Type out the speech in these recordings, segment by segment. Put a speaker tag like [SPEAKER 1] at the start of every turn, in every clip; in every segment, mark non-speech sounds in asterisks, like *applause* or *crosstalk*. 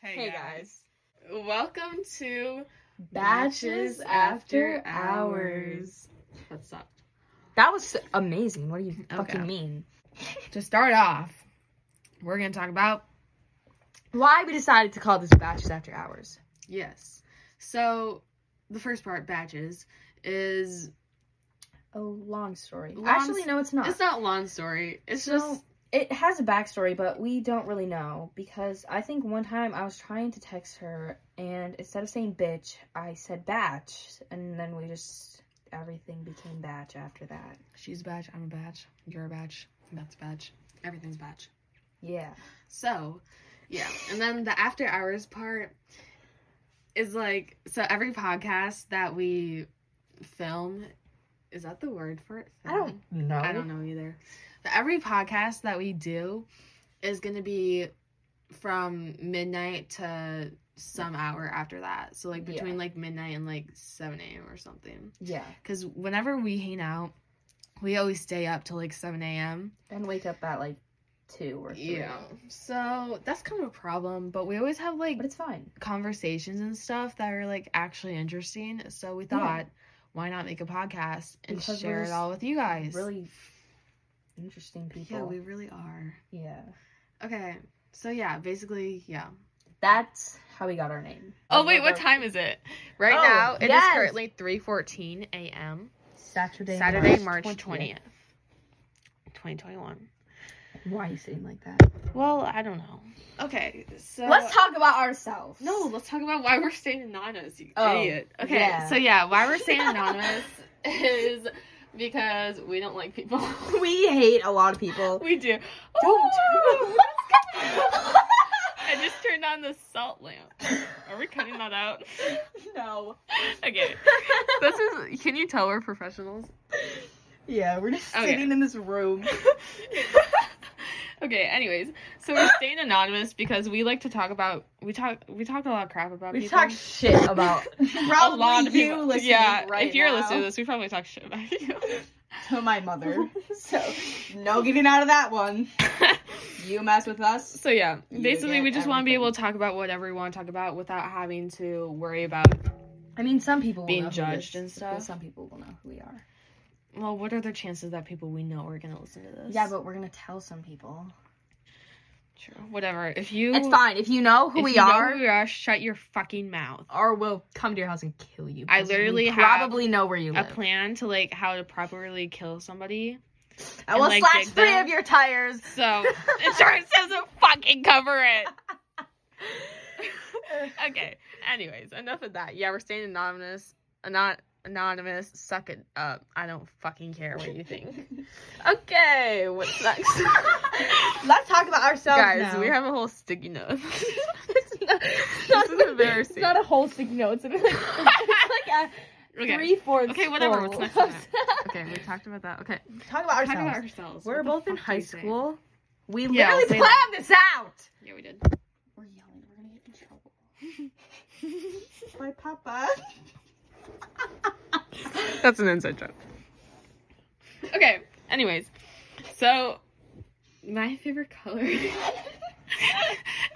[SPEAKER 1] Hey, guys. Welcome to
[SPEAKER 2] Batches After Hours.
[SPEAKER 1] What's up?
[SPEAKER 2] That was amazing. What do you
[SPEAKER 1] Okay.
[SPEAKER 2] fucking mean?
[SPEAKER 1] To start off, we're going to talk about
[SPEAKER 2] Why we decided to call this Batches After Hours.
[SPEAKER 1] yes. So, the first part batches is
[SPEAKER 2] A long story.
[SPEAKER 1] Long
[SPEAKER 2] Actually,
[SPEAKER 1] s-
[SPEAKER 2] no, it's not.
[SPEAKER 1] it's not a long story. It's
[SPEAKER 2] So-
[SPEAKER 1] just
[SPEAKER 2] It has a backstory, but we don't really know because I think one time I was trying to text her, and instead of saying bitch, I said batch, and then we just everything became batch after that.
[SPEAKER 1] she's a batch, I'm a batch, you're a batch, that's a batch. Everything's batch.
[SPEAKER 2] Yeah.
[SPEAKER 1] So, yeah. And then the after hours part is like so every podcast that we film is that the word for it?
[SPEAKER 2] I don't know.
[SPEAKER 1] I don't know either. But every podcast that we do is going to be from midnight to some hour after that. So like
[SPEAKER 2] Yeah.
[SPEAKER 1] between like midnight and like 7 a.m. or something.
[SPEAKER 2] Yeah.
[SPEAKER 1] Because whenever we hang out, we always stay up till like 7 a.m.
[SPEAKER 2] And wake up at like two or three.
[SPEAKER 1] Yeah. So that's kind of a problem, but we always have like
[SPEAKER 2] But it's fine.
[SPEAKER 1] conversations and stuff that are like actually interesting. So we
[SPEAKER 2] Yeah.
[SPEAKER 1] thought, why not make a podcast and
[SPEAKER 2] Because we're
[SPEAKER 1] share it
[SPEAKER 2] just
[SPEAKER 1] all with you guys?
[SPEAKER 2] Really interesting people.
[SPEAKER 1] Yeah, we really are.
[SPEAKER 2] yeah.
[SPEAKER 1] Okay. So yeah, basically, yeah.
[SPEAKER 2] That's how we got our name.
[SPEAKER 1] Oh wait, what time is it? Right
[SPEAKER 2] Oh,
[SPEAKER 1] now, it is
[SPEAKER 2] yes.
[SPEAKER 1] currently 3:14 a.m.
[SPEAKER 2] Saturday.
[SPEAKER 1] Saturday, March 20th. 2021.
[SPEAKER 2] Why are you saying like that?
[SPEAKER 1] Well, I don't know. Okay, so
[SPEAKER 2] Let's talk about ourselves.
[SPEAKER 1] No, let's talk about why we're staying anonymous, you
[SPEAKER 2] Oh,
[SPEAKER 1] idiot. Okay,
[SPEAKER 2] yeah.
[SPEAKER 1] so yeah, why we're
[SPEAKER 2] *laughs*
[SPEAKER 1] staying anonymous is because we don't like people. *laughs*
[SPEAKER 2] *laughs* we hate a lot of people.
[SPEAKER 1] we do.
[SPEAKER 2] Don't.
[SPEAKER 1] Ooh! I just turned on the salt lamp. Are we cutting that out? *laughs*
[SPEAKER 2] no. *laughs*
[SPEAKER 1] Okay. This is can you tell we're professionals?
[SPEAKER 2] yeah, we're just
[SPEAKER 1] Okay.
[SPEAKER 2] sitting in this room.
[SPEAKER 1] *laughs* okay, anyways. So we're staying anonymous because we like to talk about we talk we talk a lot of crap about
[SPEAKER 2] We
[SPEAKER 1] people.
[SPEAKER 2] talk shit about
[SPEAKER 1] *laughs*
[SPEAKER 2] probably
[SPEAKER 1] a lot of
[SPEAKER 2] you
[SPEAKER 1] people.
[SPEAKER 2] listening
[SPEAKER 1] yeah,
[SPEAKER 2] right
[SPEAKER 1] if you're
[SPEAKER 2] now.
[SPEAKER 1] listening to this, we probably talk shit about you.
[SPEAKER 2] to
[SPEAKER 1] *laughs*
[SPEAKER 2] my mother. so no getting out of that one. *laughs* You mess with us.
[SPEAKER 1] so yeah,
[SPEAKER 2] You
[SPEAKER 1] basically
[SPEAKER 2] get
[SPEAKER 1] we just want to be
[SPEAKER 2] everything.
[SPEAKER 1] able to talk about whatever we want to talk about without having to worry about
[SPEAKER 2] I mean, some people will
[SPEAKER 1] Being
[SPEAKER 2] know who
[SPEAKER 1] judged
[SPEAKER 2] this-
[SPEAKER 1] and stuff.
[SPEAKER 2] Some people will know who we are.
[SPEAKER 1] well, what are the chances that people we know are gonna listen to this?
[SPEAKER 2] Yeah, but we're gonna tell some people.
[SPEAKER 1] True. Whatever. If you
[SPEAKER 2] It's fine if you know who
[SPEAKER 1] if
[SPEAKER 2] we
[SPEAKER 1] you know
[SPEAKER 2] are,
[SPEAKER 1] who we are, shut your fucking mouth.
[SPEAKER 2] or we'll come to your house and kill you.
[SPEAKER 1] I
[SPEAKER 2] because we
[SPEAKER 1] literally have
[SPEAKER 2] probably know where you
[SPEAKER 1] A
[SPEAKER 2] live.
[SPEAKER 1] plan to like how to properly kill somebody.
[SPEAKER 2] I
[SPEAKER 1] and,
[SPEAKER 2] will
[SPEAKER 1] like,
[SPEAKER 2] slash
[SPEAKER 1] dig
[SPEAKER 2] three
[SPEAKER 1] them. Oh,
[SPEAKER 2] of your tires. *laughs*
[SPEAKER 1] So *laughs* insurance doesn't *laughs* fucking cover it. Okay. Anyways, enough of that. Yeah, we're staying anonymous. Anon- anonymous. Suck it up. I don't fucking care what you think. okay. What's next? *laughs*
[SPEAKER 2] Let's talk about ourselves,
[SPEAKER 1] Guys,
[SPEAKER 2] now.
[SPEAKER 1] we
[SPEAKER 2] *laughs*
[SPEAKER 1] have a whole sticky note.
[SPEAKER 2] It's not,
[SPEAKER 1] This is embarrassing.
[SPEAKER 2] It's not a *laughs* whole sticky note. It's like, it's like a
[SPEAKER 1] okay.
[SPEAKER 2] three fourths.
[SPEAKER 1] Okay, whatever, what's next on
[SPEAKER 2] *laughs*
[SPEAKER 1] Okay, we talked about that. Okay.
[SPEAKER 2] Talk about
[SPEAKER 1] Talk
[SPEAKER 2] ourselves.
[SPEAKER 1] about ourselves.
[SPEAKER 2] We're
[SPEAKER 1] What the
[SPEAKER 2] both in
[SPEAKER 1] fuck do
[SPEAKER 2] high
[SPEAKER 1] we say?
[SPEAKER 2] school. We
[SPEAKER 1] Yeah, I'll
[SPEAKER 2] literally
[SPEAKER 1] say that.
[SPEAKER 2] planned this out.
[SPEAKER 1] Yeah, we did.
[SPEAKER 2] We're yelling. We're gonna get in trouble. *laughs* My papa.
[SPEAKER 1] *laughs* That's an inside joke. Okay. Anyways, so my favorite
[SPEAKER 2] *laughs*
[SPEAKER 1] color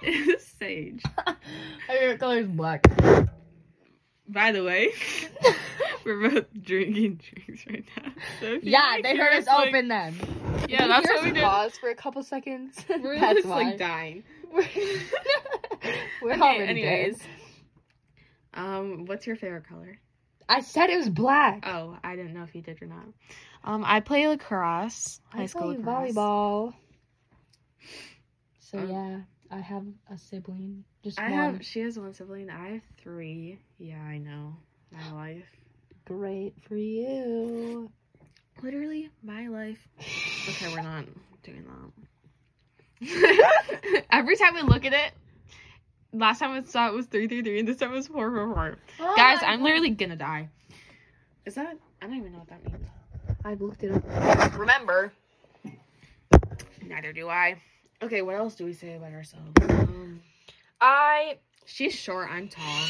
[SPEAKER 1] is sage.
[SPEAKER 2] *laughs* Your color is *laughs* black.
[SPEAKER 1] By the
[SPEAKER 2] *laughs*
[SPEAKER 1] way, we're both drinking drinks right now. So if you
[SPEAKER 2] yeah,
[SPEAKER 1] like
[SPEAKER 2] they
[SPEAKER 1] hear
[SPEAKER 2] heard us
[SPEAKER 1] like-
[SPEAKER 2] open them. *laughs*
[SPEAKER 1] yeah, that's what we did.
[SPEAKER 2] Pause for a couple seconds. *laughs*
[SPEAKER 1] We're
[SPEAKER 2] That's
[SPEAKER 1] just
[SPEAKER 2] why.
[SPEAKER 1] like dying.
[SPEAKER 2] *laughs* We're
[SPEAKER 1] Okay,
[SPEAKER 2] already
[SPEAKER 1] anyways.
[SPEAKER 2] dead.
[SPEAKER 1] Um, what's your favorite color?
[SPEAKER 2] I said it was black.
[SPEAKER 1] Oh, I didn't know if you did or not. Um, I play lacrosse. High
[SPEAKER 2] I
[SPEAKER 1] school
[SPEAKER 2] play
[SPEAKER 1] lacrosse.
[SPEAKER 2] volleyball. So
[SPEAKER 1] Um,
[SPEAKER 2] yeah, I have a sibling. Just
[SPEAKER 1] I
[SPEAKER 2] one.
[SPEAKER 1] have. She has one sibling. I have three. Yeah, I know. My life.
[SPEAKER 2] Great for you.
[SPEAKER 1] Literally, my life. Okay, we're not doing that. Every time we look at it, last time I saw it was three three three, and this time it was four four four.
[SPEAKER 2] Oh
[SPEAKER 1] Guys, I'm literally gonna die. Is that? I don't even know what that means.
[SPEAKER 2] I've looked it up. Remember.
[SPEAKER 1] Neither do I. Okay, what else do we say about ourselves? Um,
[SPEAKER 2] I. *laughs*
[SPEAKER 1] she's short. I'm tall.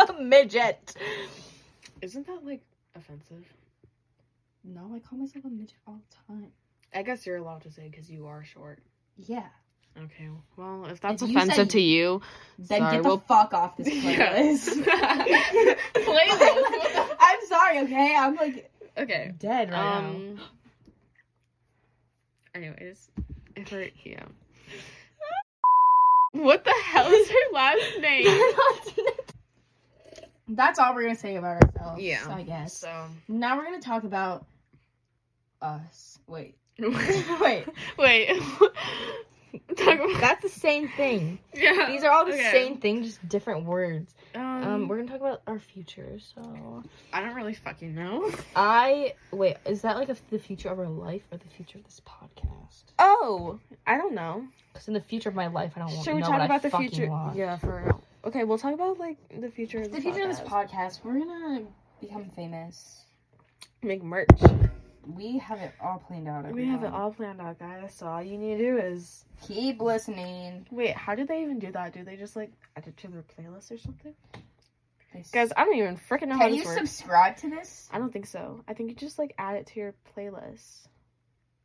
[SPEAKER 2] I'm a midget.
[SPEAKER 1] Isn't that like offensive?
[SPEAKER 2] No, I call myself a midget all the time.
[SPEAKER 1] I guess you're allowed to say because you are short.
[SPEAKER 2] Yeah.
[SPEAKER 1] Okay. Well, if that's
[SPEAKER 2] you
[SPEAKER 1] offensive
[SPEAKER 2] said-
[SPEAKER 1] to you,
[SPEAKER 2] Then
[SPEAKER 1] Sorry,
[SPEAKER 2] get the
[SPEAKER 1] we'll-
[SPEAKER 2] fuck
[SPEAKER 1] *laughs*
[SPEAKER 2] off *laughs* this
[SPEAKER 1] Yes.
[SPEAKER 2] playlist. *laughs*
[SPEAKER 1] Playlist?
[SPEAKER 2] I'm sorry, okay? I'm like
[SPEAKER 1] okay.
[SPEAKER 2] dead *laughs* right now.
[SPEAKER 1] Um. Anyways, if I yeah. What the hell is her last
[SPEAKER 2] *laughs*
[SPEAKER 1] name?
[SPEAKER 2] That's all we're gonna say about ourselves.
[SPEAKER 1] Yeah.
[SPEAKER 2] I guess.
[SPEAKER 1] so
[SPEAKER 2] Now we're gonna talk about us. *laughs* Wait.
[SPEAKER 1] wait,
[SPEAKER 2] Wait.
[SPEAKER 1] wait. *laughs* Talk about
[SPEAKER 3] That's the same thing.
[SPEAKER 1] yeah.
[SPEAKER 3] These are all the
[SPEAKER 1] okay.
[SPEAKER 3] same thing, just different words.
[SPEAKER 1] Um,
[SPEAKER 3] Um, we're gonna talk about our future. So
[SPEAKER 1] I don't really fucking know.
[SPEAKER 3] I wait. Is that like a, the future of our life or the future of this podcast?
[SPEAKER 1] Oh, I don't know.
[SPEAKER 3] Because in the future of my life, I don't want
[SPEAKER 1] Should
[SPEAKER 3] to
[SPEAKER 1] we
[SPEAKER 3] know
[SPEAKER 1] talk
[SPEAKER 3] what
[SPEAKER 1] about
[SPEAKER 3] I
[SPEAKER 1] the
[SPEAKER 3] fucking
[SPEAKER 1] future?
[SPEAKER 3] want.
[SPEAKER 1] Yeah, for real. Okay, we'll talk about like the future of
[SPEAKER 2] The future of this podcast, we're gonna become famous.
[SPEAKER 1] Make merch.
[SPEAKER 2] We have it all planned out.
[SPEAKER 1] We have it
[SPEAKER 2] everyone.
[SPEAKER 1] all planned out, guys. So all you need to do is
[SPEAKER 2] Keep listening.
[SPEAKER 1] wait. How do they even do that? Do they just like add it to their playlist or something?
[SPEAKER 2] This-
[SPEAKER 1] Guys, I don't even freaking know how
[SPEAKER 2] can
[SPEAKER 1] this
[SPEAKER 2] you
[SPEAKER 1] works.
[SPEAKER 2] subscribe to this?
[SPEAKER 1] I don't think so. I think you just like add it to your playlist,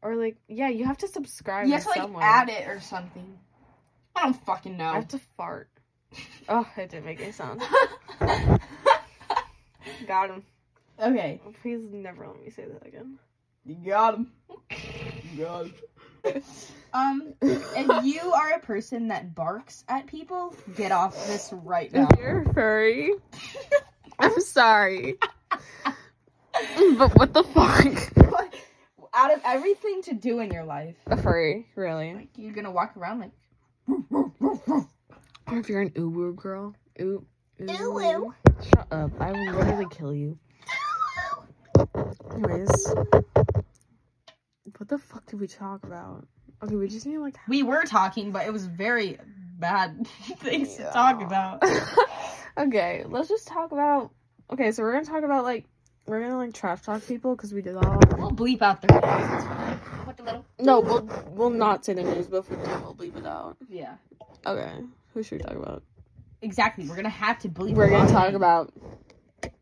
[SPEAKER 1] or like yeah, you have to subscribe.
[SPEAKER 2] You have to
[SPEAKER 1] in
[SPEAKER 2] like
[SPEAKER 1] some way.
[SPEAKER 2] add it or something. I don't fucking
[SPEAKER 1] I
[SPEAKER 2] know.
[SPEAKER 1] have to fart. *laughs* Oh, it didn't make any sound. *laughs* Got him.
[SPEAKER 2] *laughs* okay,
[SPEAKER 1] Please never let me say that *laughs* again.
[SPEAKER 2] you got him.
[SPEAKER 1] *laughs*
[SPEAKER 2] Got him. Um, if you are a person that barks at people, get off this right now.
[SPEAKER 1] You're furry. *laughs* I'm sorry. but what the fuck?
[SPEAKER 2] Out of everything to do in your life,
[SPEAKER 1] A furry, really.
[SPEAKER 2] like you're gonna walk around like.
[SPEAKER 1] Or if you're an uwu girl. Ooh.
[SPEAKER 2] Uwu.
[SPEAKER 3] Shut up! I will literally kill you.
[SPEAKER 1] Anyways. What the fuck did we talk about? Okay, we just need like
[SPEAKER 2] *laughs*
[SPEAKER 1] *laughs*
[SPEAKER 2] We were talking, but it was very bad *laughs* things to talk about.
[SPEAKER 1] okay, let's just talk about Okay, so we're gonna talk about like we're gonna like trash talk people because we did that all
[SPEAKER 2] We'll bleep out their names. It's fine. Put the little.
[SPEAKER 1] No, we'll we'll not say the names, but if we do, we'll bleep it out.
[SPEAKER 2] Yeah.
[SPEAKER 1] Okay, who should we talk about?
[SPEAKER 2] Exactly. We're gonna have to bleep.
[SPEAKER 1] We're
[SPEAKER 2] a lot
[SPEAKER 1] gonna
[SPEAKER 2] of
[SPEAKER 1] talk
[SPEAKER 2] names.
[SPEAKER 1] about.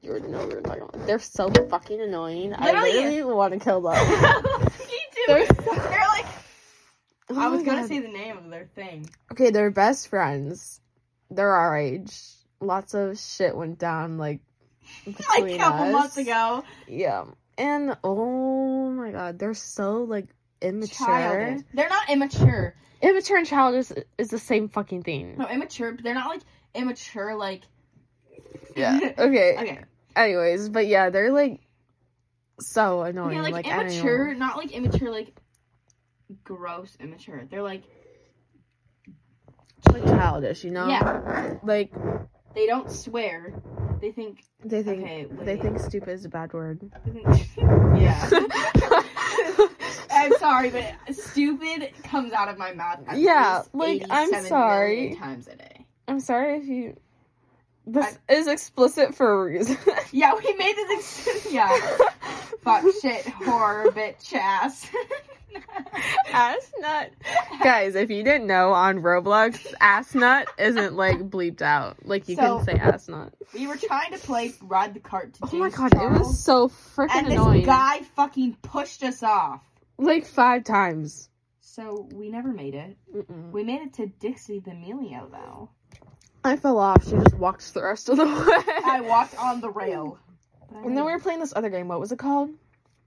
[SPEAKER 1] You already know what we're talking about. They're so fucking annoying. I
[SPEAKER 2] Literally-
[SPEAKER 1] literally want to kill
[SPEAKER 2] *laughs* *laughs* Me
[SPEAKER 1] them. Oh
[SPEAKER 2] too.
[SPEAKER 1] They're
[SPEAKER 2] They're,
[SPEAKER 1] so-
[SPEAKER 2] like. I was
[SPEAKER 1] Oh my
[SPEAKER 2] gonna
[SPEAKER 1] God.
[SPEAKER 2] say the name of their thing.
[SPEAKER 1] Okay, they're best friends. They're our age. Lots of shit went down like
[SPEAKER 2] *laughs* Like
[SPEAKER 1] between
[SPEAKER 2] a couple
[SPEAKER 1] us.
[SPEAKER 2] months ago.
[SPEAKER 1] Yeah, and oh my god, they're so like immature.
[SPEAKER 2] Childish. They're not immature.
[SPEAKER 1] Immature and childish is the same fucking thing.
[SPEAKER 2] *laughs* No, immature. But they're not like immature. Like.
[SPEAKER 1] Yeah. Okay.
[SPEAKER 2] Okay.
[SPEAKER 1] Anyways, but yeah, they're like so annoying.
[SPEAKER 2] Yeah, like,
[SPEAKER 1] like, I don't even-
[SPEAKER 2] immature, not like immature, like gross immature. They're like
[SPEAKER 1] like childish, you know?
[SPEAKER 2] yeah,
[SPEAKER 1] Like
[SPEAKER 2] they don't swear. They think
[SPEAKER 1] they think
[SPEAKER 2] okay, wait.
[SPEAKER 1] they think stupid is a bad word.
[SPEAKER 2] they think- *laughs* yeah.
[SPEAKER 1] *laughs* yeah,
[SPEAKER 2] I'm sorry, but stupid comes out of my mouth. At
[SPEAKER 1] Yeah,
[SPEAKER 2] least
[SPEAKER 1] like, I'm
[SPEAKER 2] 87
[SPEAKER 1] sorry.
[SPEAKER 2] million times a day.
[SPEAKER 1] I'm sorry if you. This is explicit for a *laughs* reason.
[SPEAKER 2] Yeah, we made this. Ex- *laughs* yeah, fuck, shit, whore, bitch, ass. *laughs*
[SPEAKER 1] ass nut. Guys, if you didn't know, on Roblox, ass nut isn't like bleeped out. Like you
[SPEAKER 2] So-
[SPEAKER 1] can say ass nut.
[SPEAKER 2] we were trying to play ride the cart to
[SPEAKER 1] Oh
[SPEAKER 2] James
[SPEAKER 1] my god, it
[SPEAKER 2] Charles,
[SPEAKER 1] was so freaking
[SPEAKER 2] and this
[SPEAKER 1] annoying.
[SPEAKER 2] guy fucking pushed us off.
[SPEAKER 1] Like five times.
[SPEAKER 2] So we never made it.
[SPEAKER 1] Mm-mm.
[SPEAKER 2] We made it to Dixie D'Amelio though.
[SPEAKER 1] I fell off. She just walked the rest of the *laughs* way.
[SPEAKER 2] I walked on the rail.
[SPEAKER 1] And then we were playing this other game. What was it called?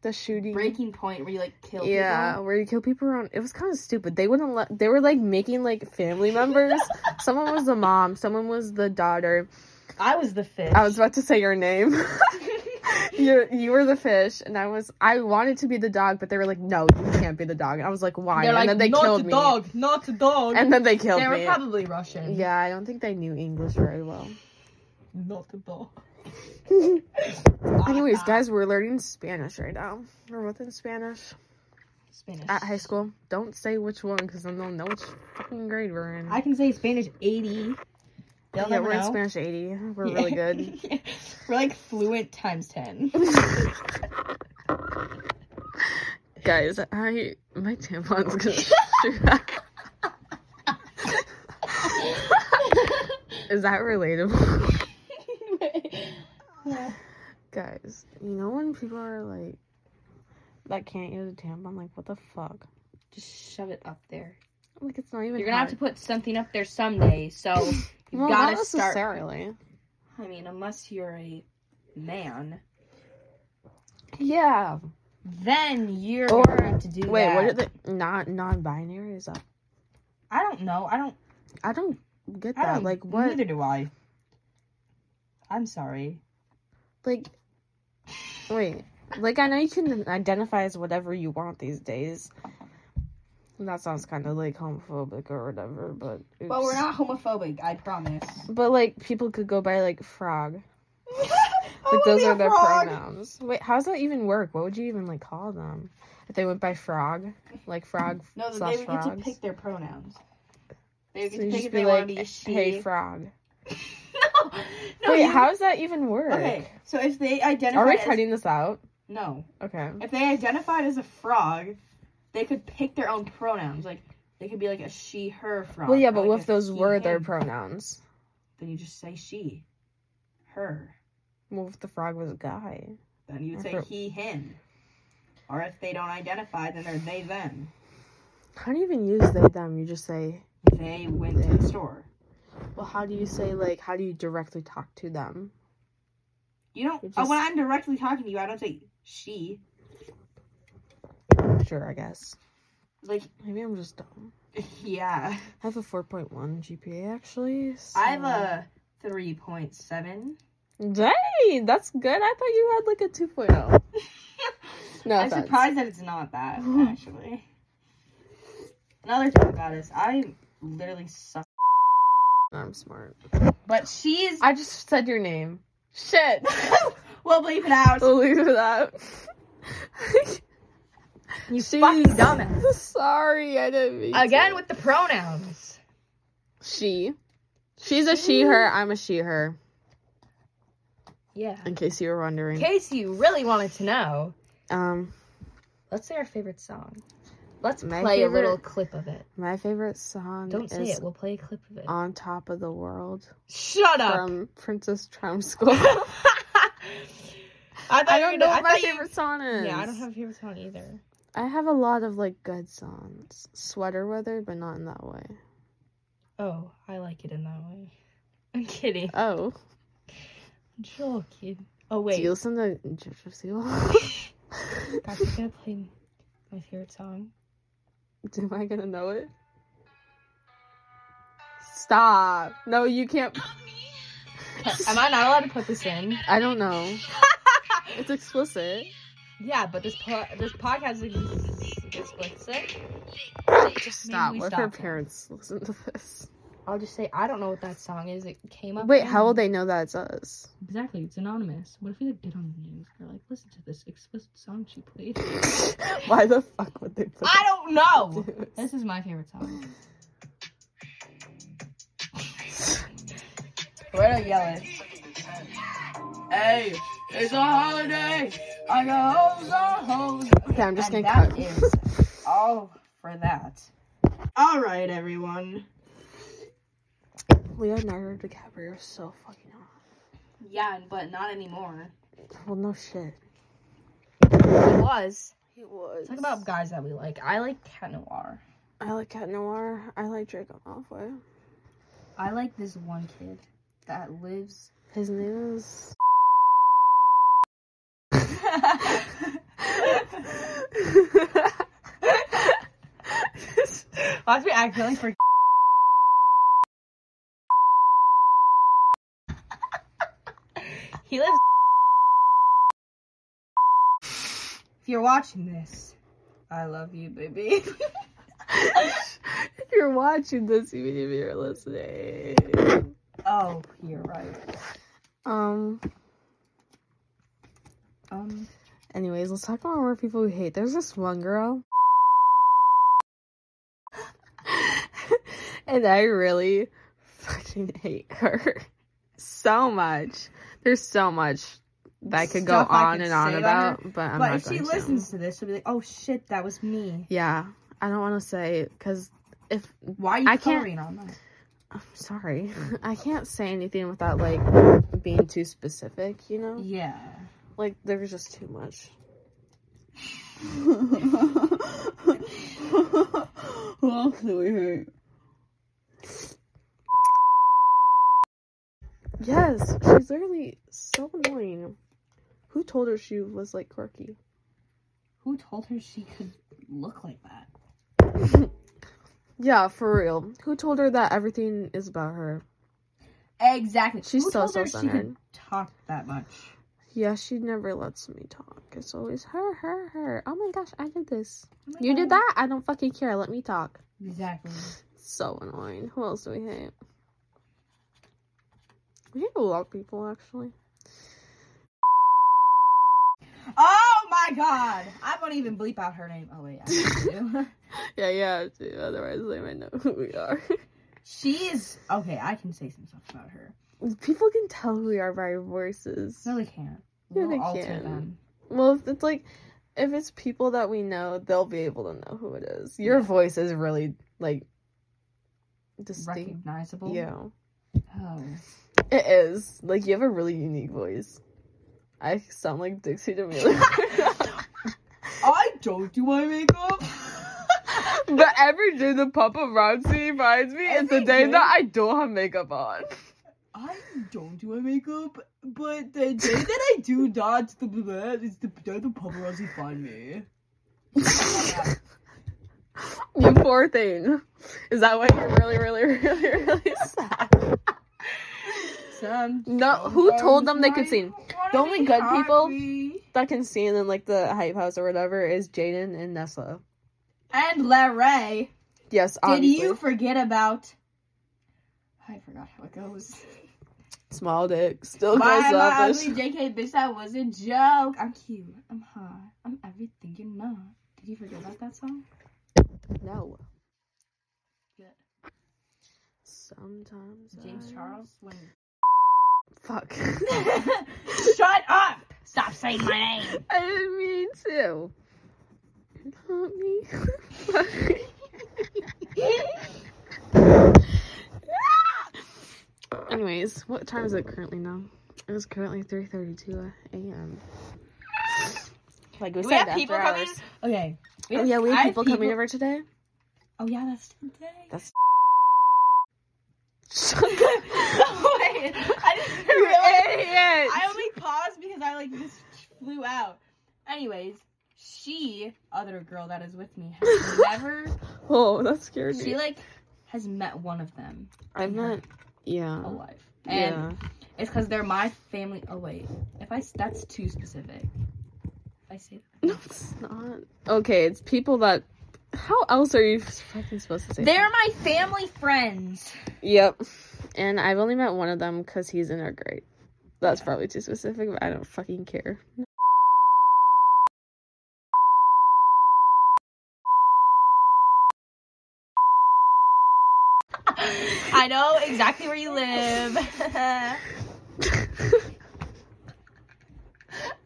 [SPEAKER 1] The shooting.
[SPEAKER 2] breaking point where you like kill
[SPEAKER 1] yeah,
[SPEAKER 2] people.
[SPEAKER 1] where you kill people around. It was kind of stupid. They wouldn't let. They were like making like family members. someone was the mom. Someone was the daughter.
[SPEAKER 2] I was the fish.
[SPEAKER 1] I
[SPEAKER 2] *laughs*
[SPEAKER 1] was about to say your name. *laughs* you you were the fish, and I was. I wanted to be the dog, but they were like, "No, you can't be the dog." And I was like, "Why?"
[SPEAKER 2] They're
[SPEAKER 1] and
[SPEAKER 2] like,
[SPEAKER 1] then they
[SPEAKER 2] not
[SPEAKER 1] killed
[SPEAKER 2] a
[SPEAKER 1] me.
[SPEAKER 2] dog, not a dog.
[SPEAKER 1] And then they killed
[SPEAKER 2] they were
[SPEAKER 1] me.
[SPEAKER 2] probably Russian.
[SPEAKER 1] yeah, I don't think they knew English very
[SPEAKER 2] *laughs*
[SPEAKER 1] well.
[SPEAKER 2] Not a dog.
[SPEAKER 1] Anyways, guys, we're learning Spanish right now. We're within Spanish.
[SPEAKER 2] Spanish.
[SPEAKER 1] at high school. Don't say which one because then they'll know which fucking grade we're in.
[SPEAKER 2] I can say Spanish 80. They'll
[SPEAKER 1] yeah,
[SPEAKER 2] never
[SPEAKER 1] we're in
[SPEAKER 2] know.
[SPEAKER 1] Spanish 80. We're
[SPEAKER 2] *laughs* Yeah.
[SPEAKER 1] really good.
[SPEAKER 2] we're like fluent
[SPEAKER 1] *laughs*
[SPEAKER 2] times 10.
[SPEAKER 1] Guys, I my tampon's gonna *laughs* Is that relatable? Guys, you know when people are like that can't use a tampon, like what the fuck?
[SPEAKER 2] Just shove it up there.
[SPEAKER 1] Like it's not even.
[SPEAKER 2] You're gonna have to put something up there
[SPEAKER 1] *laughs*
[SPEAKER 2] someday, so you
[SPEAKER 1] Well,
[SPEAKER 2] gotta
[SPEAKER 1] not
[SPEAKER 2] start.
[SPEAKER 1] necessarily.
[SPEAKER 2] I mean, unless you're a man,
[SPEAKER 1] Yeah.
[SPEAKER 2] then you're
[SPEAKER 1] Or-
[SPEAKER 2] gonna have to do
[SPEAKER 1] Oh. Wait,
[SPEAKER 2] that.
[SPEAKER 1] what are the not non-binary is that?
[SPEAKER 2] I don't know. I don't.
[SPEAKER 1] I don't get
[SPEAKER 2] I
[SPEAKER 1] that.
[SPEAKER 2] don't.
[SPEAKER 1] Like what?
[SPEAKER 2] Neither do I. I'm sorry.
[SPEAKER 1] Like wait. Like I know you can identify as whatever you want these days. And that sounds kind of like homophobic or whatever, but
[SPEAKER 2] But
[SPEAKER 1] oops.
[SPEAKER 2] we're not homophobic. I promise.
[SPEAKER 1] *laughs* But like people could go by like frog.
[SPEAKER 2] Oh,
[SPEAKER 1] Like those are their pronouns. Wait, how does that even work? What would you even like call them if they went by frog? Like frog
[SPEAKER 2] *laughs* No, they
[SPEAKER 1] slash
[SPEAKER 2] would get
[SPEAKER 1] frogs.
[SPEAKER 2] to pick their pronouns. They would
[SPEAKER 1] So
[SPEAKER 2] get to
[SPEAKER 1] you
[SPEAKER 2] pick
[SPEAKER 1] just
[SPEAKER 2] if
[SPEAKER 1] be
[SPEAKER 2] they
[SPEAKER 1] like,
[SPEAKER 2] want to be she.
[SPEAKER 1] hey frog.
[SPEAKER 2] *laughs* no, no.
[SPEAKER 1] Wait,
[SPEAKER 2] you-
[SPEAKER 1] how does that even work?
[SPEAKER 2] Okay, so if they identify,
[SPEAKER 1] Are we
[SPEAKER 2] as-
[SPEAKER 1] cutting this out?
[SPEAKER 2] No,
[SPEAKER 1] Okay.
[SPEAKER 2] if they identified as a frog, they could pick their own pronouns. Like they could be like a she, her frog.
[SPEAKER 1] Well, yeah,
[SPEAKER 2] or
[SPEAKER 1] but
[SPEAKER 2] like
[SPEAKER 1] what
[SPEAKER 2] a
[SPEAKER 1] if those
[SPEAKER 2] he,
[SPEAKER 1] were their
[SPEAKER 2] him?
[SPEAKER 1] pronouns?
[SPEAKER 2] Then you just say she, her.
[SPEAKER 1] Well, if the frog was a guy?
[SPEAKER 2] Then you would
[SPEAKER 1] Or
[SPEAKER 2] say
[SPEAKER 1] for-
[SPEAKER 2] he, him. Or if they don't identify, then they're they, them.
[SPEAKER 1] How do you even use they, them? You just say.
[SPEAKER 2] They went to the store.
[SPEAKER 1] Well, how do you say, like, how do you directly talk to them?
[SPEAKER 2] You don't.
[SPEAKER 1] You
[SPEAKER 2] uh, when
[SPEAKER 1] just-
[SPEAKER 2] I'm directly talking to you, I don't say she.
[SPEAKER 1] Sure, I guess.
[SPEAKER 2] Like *laughs*
[SPEAKER 1] Maybe I'm just dumb.
[SPEAKER 2] yeah,
[SPEAKER 1] I have a 4.1 GPA, actually. so-
[SPEAKER 2] I have a three point seven.
[SPEAKER 1] Dang, that's good. I thought you had, like,
[SPEAKER 3] *laughs*
[SPEAKER 1] a 2.0. No,
[SPEAKER 2] I'm
[SPEAKER 1] offense.
[SPEAKER 2] surprised that it's not that actually. Another thing about us, I literally suck.
[SPEAKER 1] I'm smart.
[SPEAKER 2] But she's
[SPEAKER 1] I just said your name.
[SPEAKER 3] *laughs*
[SPEAKER 1] Shit.
[SPEAKER 2] *laughs* we'll bleep it out.
[SPEAKER 1] Believe that.
[SPEAKER 3] *laughs* You
[SPEAKER 1] She's-
[SPEAKER 3] fucking dumbass.
[SPEAKER 1] *laughs* Sorry, I didn't mean
[SPEAKER 3] Again
[SPEAKER 1] to.
[SPEAKER 3] with the pronouns.
[SPEAKER 1] She. She's a she her, I'm a she her.
[SPEAKER 3] Yeah.
[SPEAKER 1] In case you were
[SPEAKER 3] In
[SPEAKER 1] wondering.
[SPEAKER 3] case you really wanted to know,
[SPEAKER 1] Um
[SPEAKER 3] let's say our favorite song. Let's
[SPEAKER 1] My
[SPEAKER 3] play
[SPEAKER 1] favorite-
[SPEAKER 3] a little clip of it.
[SPEAKER 1] my favorite song
[SPEAKER 3] Don't say
[SPEAKER 1] is
[SPEAKER 3] it. We'll play a clip of it.
[SPEAKER 1] On Top of the World
[SPEAKER 3] Shut up.
[SPEAKER 1] from Princess Charm School.
[SPEAKER 3] *laughs* I, thought
[SPEAKER 1] *laughs* I
[SPEAKER 3] you
[SPEAKER 1] don't
[SPEAKER 3] were gonna-
[SPEAKER 1] know what
[SPEAKER 3] I
[SPEAKER 1] my
[SPEAKER 3] thought you-
[SPEAKER 1] favorite song is.
[SPEAKER 3] Yeah, I don't have a favorite song either.
[SPEAKER 1] I have a lot of like good songs. Sweater weather, but not in that way.
[SPEAKER 3] Oh, I like it in that way. *laughs* I'm kidding.
[SPEAKER 1] Oh.
[SPEAKER 3] I'm joking. Oh
[SPEAKER 1] Do you
[SPEAKER 3] wait.
[SPEAKER 1] listen to
[SPEAKER 3] *laughs*
[SPEAKER 1] Gypsy Seal? *laughs*
[SPEAKER 3] Gosh, I'm gonna play my favorite song.
[SPEAKER 1] Am I gonna know it? Stop. No, you can't.
[SPEAKER 3] Am I not allowed to put this in?
[SPEAKER 1] *laughs* I don't know. It's explicit.
[SPEAKER 3] yeah, but this po- this podcast is explicit.
[SPEAKER 1] Just stop.
[SPEAKER 3] we
[SPEAKER 1] What if
[SPEAKER 3] stop
[SPEAKER 1] her
[SPEAKER 3] now.
[SPEAKER 1] parents listen to this?
[SPEAKER 3] I'll just say I don't know what that song is. It came up.
[SPEAKER 1] Wait,
[SPEAKER 3] on-
[SPEAKER 1] how will they know that it's us? *laughs*
[SPEAKER 3] Exactly, it's anonymous. What if we like get on the news? They're like, listen to this explicit song she played.
[SPEAKER 1] Why the fuck would they put
[SPEAKER 3] I don't
[SPEAKER 1] *laughs*
[SPEAKER 3] know.
[SPEAKER 1] that?
[SPEAKER 3] This is my favorite song.
[SPEAKER 2] We're gonna yell it. Hey, it's a holiday. I got hoes on hoes.
[SPEAKER 1] Okay, I'm just
[SPEAKER 2] And
[SPEAKER 1] gonna
[SPEAKER 2] that
[SPEAKER 1] cut.
[SPEAKER 2] is
[SPEAKER 3] Oh,
[SPEAKER 2] all for that. All right, everyone.
[SPEAKER 1] *laughs* Leonardo DiCaprio is so fucking hot.
[SPEAKER 2] Yeah, but not anymore.
[SPEAKER 1] Well, no shit.
[SPEAKER 3] It was.
[SPEAKER 1] He was.
[SPEAKER 3] Talk about guys that we like. I like Cat Noir.
[SPEAKER 1] I like Cat Noir. I like Draco Malfoy.
[SPEAKER 3] I like this one kid that *laughs* lives.
[SPEAKER 1] His name is. *laughs*
[SPEAKER 3] Watch me accidentally for. he lives. If you're watching this, I love you, baby.
[SPEAKER 1] if you're watching this, even if you're listening.
[SPEAKER 2] *laughs* oh, you're right.
[SPEAKER 1] Um.
[SPEAKER 2] Um,
[SPEAKER 1] Anyways, let's talk about more people we hate. There's this one girl. *laughs* and I really fucking hate her so much. There's so much that I could go
[SPEAKER 2] Stuff I
[SPEAKER 1] on
[SPEAKER 2] could
[SPEAKER 1] and on
[SPEAKER 2] say about
[SPEAKER 1] about, but I'm
[SPEAKER 2] but
[SPEAKER 1] not
[SPEAKER 2] if she
[SPEAKER 1] going to.
[SPEAKER 2] listens to this, she'll be like, "Oh shit, that was me."
[SPEAKER 1] Yeah, I don't want to say because if *sighs*
[SPEAKER 2] Why are you
[SPEAKER 1] I can't-
[SPEAKER 2] coloring on that?
[SPEAKER 1] I'm sorry, *laughs* I can't say anything without like being too specific. You know,
[SPEAKER 2] Yeah.
[SPEAKER 1] like there's just too much.
[SPEAKER 2] Who else do we hate?
[SPEAKER 1] Yes, she's literally so annoying. Who told her she was like quirky?
[SPEAKER 2] Who told her she could look like that?
[SPEAKER 1] Yeah, for real. Who told her that everything is about her?
[SPEAKER 2] Exactly.
[SPEAKER 1] She's
[SPEAKER 2] Who
[SPEAKER 1] so
[SPEAKER 2] told her she could
[SPEAKER 1] self-centered.
[SPEAKER 2] talk that much? Oh
[SPEAKER 1] Yeah, she never lets me talk. It's always her, her, her. Oh my gosh, I did this.
[SPEAKER 2] Oh my
[SPEAKER 1] You did
[SPEAKER 2] God.
[SPEAKER 1] that? I don't fucking care. Let me talk.
[SPEAKER 2] Exactly.
[SPEAKER 1] So annoying. Who else do we hate? We hate a lot of people, actually.
[SPEAKER 2] *laughs* Oh my god! I won't even bleep out her name. Oh wait, I have to.
[SPEAKER 1] Yeah, yeah, dude, otherwise they might know who we are. *laughs*
[SPEAKER 2] she is okay. I can say some stuff about her.
[SPEAKER 1] people can tell who we are by our voices.
[SPEAKER 2] Really can't.
[SPEAKER 1] Yeah,
[SPEAKER 2] We'll
[SPEAKER 1] they
[SPEAKER 2] alter
[SPEAKER 1] can.
[SPEAKER 2] them.
[SPEAKER 1] Well, if it's like, if it's people that we know, they'll be able to know who it is. Your voice is really, like, distinct.
[SPEAKER 2] Recognizable.
[SPEAKER 1] Yeah.
[SPEAKER 2] Oh. *laughs*
[SPEAKER 1] It is. Like you have a really unique voice. I sound like Dixie D'Amelio.
[SPEAKER 2] *laughs*
[SPEAKER 1] *laughs*
[SPEAKER 2] I don't do my makeup. *laughs*
[SPEAKER 1] but every day *laughs* the paparazzi finds me is the
[SPEAKER 2] Every
[SPEAKER 1] day
[SPEAKER 2] day?
[SPEAKER 1] that I don't have makeup *laughs* on.
[SPEAKER 2] I don't do my makeup, but the day that I do dodge the blood is the day the paparazzi find me.
[SPEAKER 1] You poor thing. Is that why you're really, really, really, *laughs* really sad?
[SPEAKER 2] Some
[SPEAKER 1] No, who told them they could sing?
[SPEAKER 2] sometimes I wanna
[SPEAKER 1] The only
[SPEAKER 2] be
[SPEAKER 1] good people-
[SPEAKER 2] happy.
[SPEAKER 1] That can sing in like the hype house or whatever is Jaden and Nessa.
[SPEAKER 2] And Larry.
[SPEAKER 1] Yes,
[SPEAKER 2] Did
[SPEAKER 1] obviously.
[SPEAKER 2] you forget about? I forgot how
[SPEAKER 1] *laughs*
[SPEAKER 2] it goes.
[SPEAKER 1] Small dick still
[SPEAKER 2] My,
[SPEAKER 1] goes
[SPEAKER 2] my
[SPEAKER 1] up.
[SPEAKER 2] ugly JK bitch, that was a joke. I'm cute. I'm hot. I'm everything you're not. Did you forget about that song?
[SPEAKER 1] No.
[SPEAKER 2] Good.
[SPEAKER 1] Sometimes
[SPEAKER 2] James
[SPEAKER 1] I-
[SPEAKER 2] *laughs* Charles. When...
[SPEAKER 1] Fuck. *laughs*
[SPEAKER 2] Shut up! Stop saying my name.
[SPEAKER 1] I didn't mean to. Help me. Sorry. *laughs* Anyways, what time is it currently now? It is currently 3:32 a.m. Like we,
[SPEAKER 2] Do we
[SPEAKER 1] said,
[SPEAKER 2] have
[SPEAKER 1] after
[SPEAKER 2] people
[SPEAKER 1] hours.
[SPEAKER 2] coming? *laughs* Okay.
[SPEAKER 1] Oh yeah, we
[SPEAKER 2] I
[SPEAKER 1] have people coming over
[SPEAKER 2] *laughs*
[SPEAKER 1] today.
[SPEAKER 2] Oh yeah, that's today.
[SPEAKER 1] That's-
[SPEAKER 2] no way. I didn't
[SPEAKER 1] You
[SPEAKER 2] realize.
[SPEAKER 1] idiot!
[SPEAKER 2] I only paused because I like just flew out. Anyways, she, other girl that is with me,
[SPEAKER 1] *laughs*
[SPEAKER 2] has never.
[SPEAKER 1] Oh, that scared
[SPEAKER 2] She
[SPEAKER 1] me.
[SPEAKER 2] like has met one of them
[SPEAKER 1] I've not. Yeah.
[SPEAKER 2] alive, and
[SPEAKER 1] yeah.
[SPEAKER 2] it's because they're my family. Oh wait, if I s- that's too specific. If I say
[SPEAKER 1] No, it's not. Okay, it's people that. How else are you fucking supposed to say?
[SPEAKER 2] *laughs* they're my family *laughs* friends.
[SPEAKER 1] Yep. And I've only met one of them because he's in our grade. That's probably too specific, but I don't fucking care. *laughs*
[SPEAKER 2] I know exactly where you live. *laughs*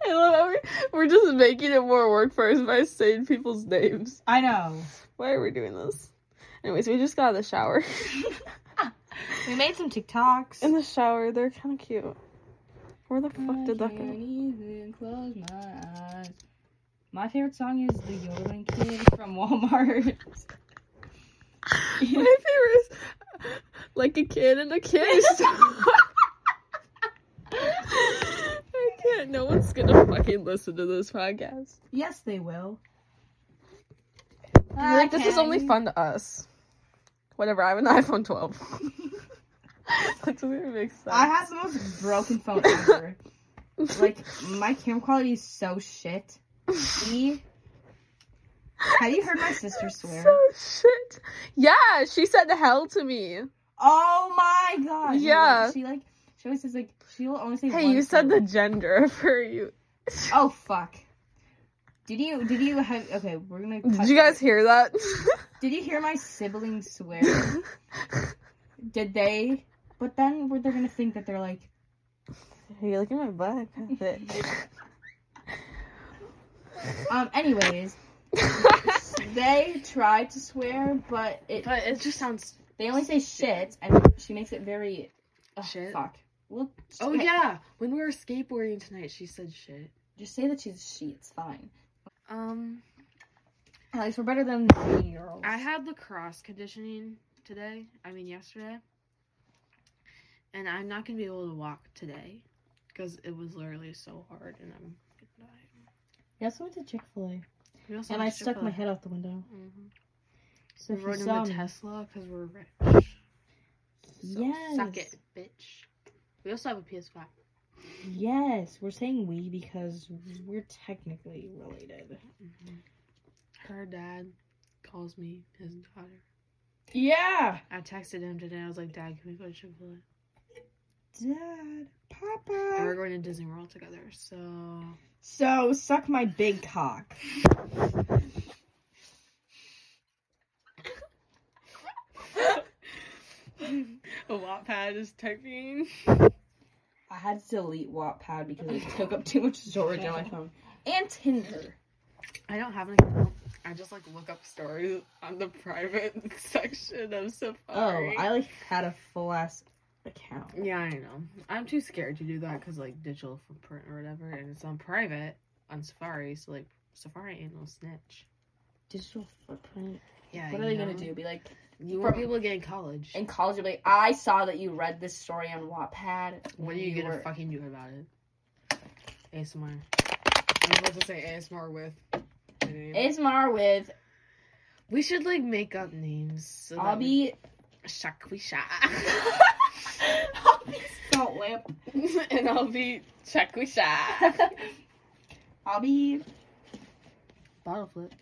[SPEAKER 1] I love how we- we're just making it more work for us by saying people's names.
[SPEAKER 2] I know.
[SPEAKER 1] Why are we doing this? Anyways, we just got out of the shower.
[SPEAKER 2] *laughs*
[SPEAKER 1] *laughs*
[SPEAKER 2] We made some TikToks. *laughs*
[SPEAKER 1] in the shower, they're kind of cute. Where the fuck did that
[SPEAKER 2] can't
[SPEAKER 1] go?
[SPEAKER 2] even close my eyes. My favorite song is the Yodeling Kid from *laughs* Walmart.
[SPEAKER 1] My favorite is like a kid and a kiss. *laughs*
[SPEAKER 2] *laughs*
[SPEAKER 1] I can't. No one's gonna fucking listen to this podcast.
[SPEAKER 2] yes, they will.
[SPEAKER 1] You're like, this is only
[SPEAKER 2] *laughs*
[SPEAKER 1] fun to us. Whatever, I have an iPhone *laughs* 12. that doesn't even make sense.
[SPEAKER 2] I have the most broken phone ever.
[SPEAKER 1] *laughs*
[SPEAKER 2] like my camera quality is
[SPEAKER 1] *laughs*
[SPEAKER 2] so shit. E. Have you
[SPEAKER 1] *laughs*
[SPEAKER 2] heard my sister swear?
[SPEAKER 1] So shit. Yeah, she said the hell to me.
[SPEAKER 2] Oh my god. No,
[SPEAKER 1] Yeah.
[SPEAKER 2] She like she always says like she will only say.
[SPEAKER 1] Hey,
[SPEAKER 2] one
[SPEAKER 1] you said the
[SPEAKER 2] syllable.
[SPEAKER 1] gender *laughs* of her. You.
[SPEAKER 2] Oh fuck. Did you did you have okay? We're gonna. cut
[SPEAKER 1] Did you guys
[SPEAKER 2] this.
[SPEAKER 1] hear
[SPEAKER 2] *laughs*
[SPEAKER 1] that?
[SPEAKER 2] Did you hear my siblings
[SPEAKER 1] *laughs*
[SPEAKER 2] swear? Did they? But then were they gonna think that they're like,
[SPEAKER 1] You're looking at my *laughs* butt.
[SPEAKER 2] um.
[SPEAKER 1] *laughs*
[SPEAKER 2] Anyways, they try to swear, but
[SPEAKER 4] *laughs*
[SPEAKER 2] it
[SPEAKER 4] But it just sounds.
[SPEAKER 2] they only say shit, and she makes it very ugh,
[SPEAKER 4] Shit?
[SPEAKER 2] Fuck. Well,
[SPEAKER 4] Oh
[SPEAKER 2] okay,
[SPEAKER 4] yeah, when we were skateboarding tonight, she said shit.
[SPEAKER 2] Just say that she's she. It's fine.
[SPEAKER 1] Um,
[SPEAKER 5] At least we're better than eight year olds.
[SPEAKER 1] I had lacrosse conditioning today. I mean yesterday, and I'm not gonna be able to walk today because it was literally so hard, and I'm gonna die.
[SPEAKER 3] Yes, I went to Chick Fil A,
[SPEAKER 1] We also
[SPEAKER 3] and I
[SPEAKER 1] went to
[SPEAKER 3] stuck my
[SPEAKER 1] Chick-fil-A.
[SPEAKER 3] head out the window.
[SPEAKER 1] Mhm.
[SPEAKER 3] So
[SPEAKER 1] We
[SPEAKER 3] if you
[SPEAKER 1] rode in
[SPEAKER 3] saw
[SPEAKER 1] the
[SPEAKER 3] me,
[SPEAKER 1] Tesla because we're rich. So Suck
[SPEAKER 3] Yes.
[SPEAKER 1] it, bitch. We also have a PS5.
[SPEAKER 3] yes, we're saying we because we're technically related.
[SPEAKER 1] Her dad calls me his daughter.
[SPEAKER 3] Yeah,
[SPEAKER 1] I texted him today. I was like, Dad, can we go to Chick fil A?
[SPEAKER 5] Dad,
[SPEAKER 1] And
[SPEAKER 5] Papa.
[SPEAKER 1] we're going to Disney World together. So, *laughs*
[SPEAKER 5] So suck my big cock.
[SPEAKER 1] a Wattpad is typing.
[SPEAKER 5] I had to delete Wattpad because it took up too much storage on my phone. And Tinder.
[SPEAKER 1] I don't have an account. I just like look up stories on the private *laughs* section of Safari.
[SPEAKER 5] Oh, I like had a full ass account.
[SPEAKER 1] Yeah, I know. I'm too scared to do that because like digital footprint or whatever, and it's on private on Safari. So like Safari ain't no snitch.
[SPEAKER 3] digital footprint.
[SPEAKER 1] Yeah.
[SPEAKER 5] What are
[SPEAKER 1] you
[SPEAKER 5] they gonna
[SPEAKER 1] know?
[SPEAKER 5] do? Be like
[SPEAKER 1] You won't be able to get in college.
[SPEAKER 5] in college? You'll be like, I saw that you read this story on Wattpad.
[SPEAKER 1] What are you, gonna
[SPEAKER 5] were-
[SPEAKER 1] fucking do about it? ASMR. I'm about to say ASMR with.
[SPEAKER 5] ASMR with
[SPEAKER 1] We should like make up names. So that we-
[SPEAKER 5] Abby.
[SPEAKER 1] Shakwisha.
[SPEAKER 5] *laughs* Abby Salt *laughs* Lamp.
[SPEAKER 1] *laughs* and I'll be Shakwisha.
[SPEAKER 5] Abby.
[SPEAKER 1] *laughs* Bottle flip.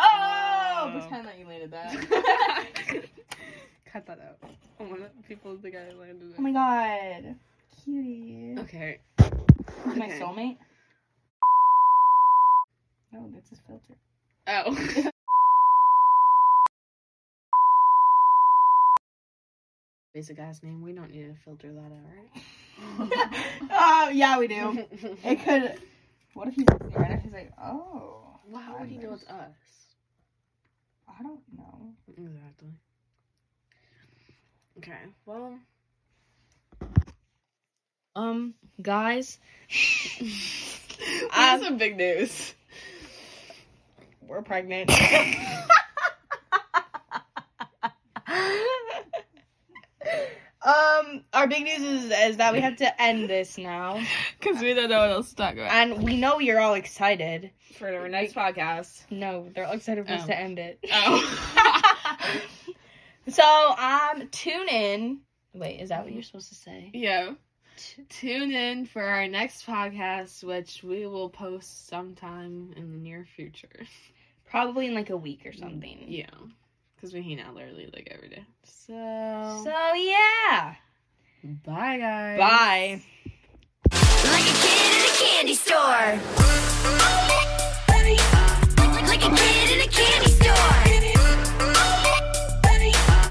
[SPEAKER 5] Oh,
[SPEAKER 1] Oh.
[SPEAKER 5] pretend that you landed that.
[SPEAKER 1] *laughs*
[SPEAKER 5] *laughs*
[SPEAKER 1] Cut that out. I want it- people to think I landed it.
[SPEAKER 5] oh my god, cutie.
[SPEAKER 1] okay.
[SPEAKER 5] My *laughs*
[SPEAKER 1] okay.
[SPEAKER 5] soulmate. No, that's his filter.
[SPEAKER 1] Oh. *laughs* Basic ass name. We don't need to filter that out,
[SPEAKER 5] *laughs* oh yeah, we do.
[SPEAKER 1] right?
[SPEAKER 2] *laughs*
[SPEAKER 5] It could. What if he's listening right now? He's like, oh,
[SPEAKER 1] *laughs* well, how would he know it's us?
[SPEAKER 5] I don't know.
[SPEAKER 1] Exactly. Okay. Well,
[SPEAKER 3] Um, guys,
[SPEAKER 1] that's some big *laughs* news.
[SPEAKER 5] We're
[SPEAKER 2] *laughs*
[SPEAKER 5] pregnant.
[SPEAKER 2] Um, our big news is, is that we have to end this now,
[SPEAKER 6] Because we don't know what else to talk about.
[SPEAKER 2] and we know you're all excited.
[SPEAKER 6] For our next podcast.
[SPEAKER 2] No, they're all excited for us
[SPEAKER 1] Oh.
[SPEAKER 2] to end it.
[SPEAKER 6] Oh.
[SPEAKER 2] *laughs* So, um, tune in. Wait, is that what you're supposed to say?
[SPEAKER 6] yeah.
[SPEAKER 1] Tune in for our next podcast, which we will post sometime in the near future.
[SPEAKER 2] Probably in like a week or something.
[SPEAKER 1] Yeah, because we hang out literally like every day. So,
[SPEAKER 2] So yeah.
[SPEAKER 1] bye guys.
[SPEAKER 2] Bye.
[SPEAKER 7] Like a kid in a candy store.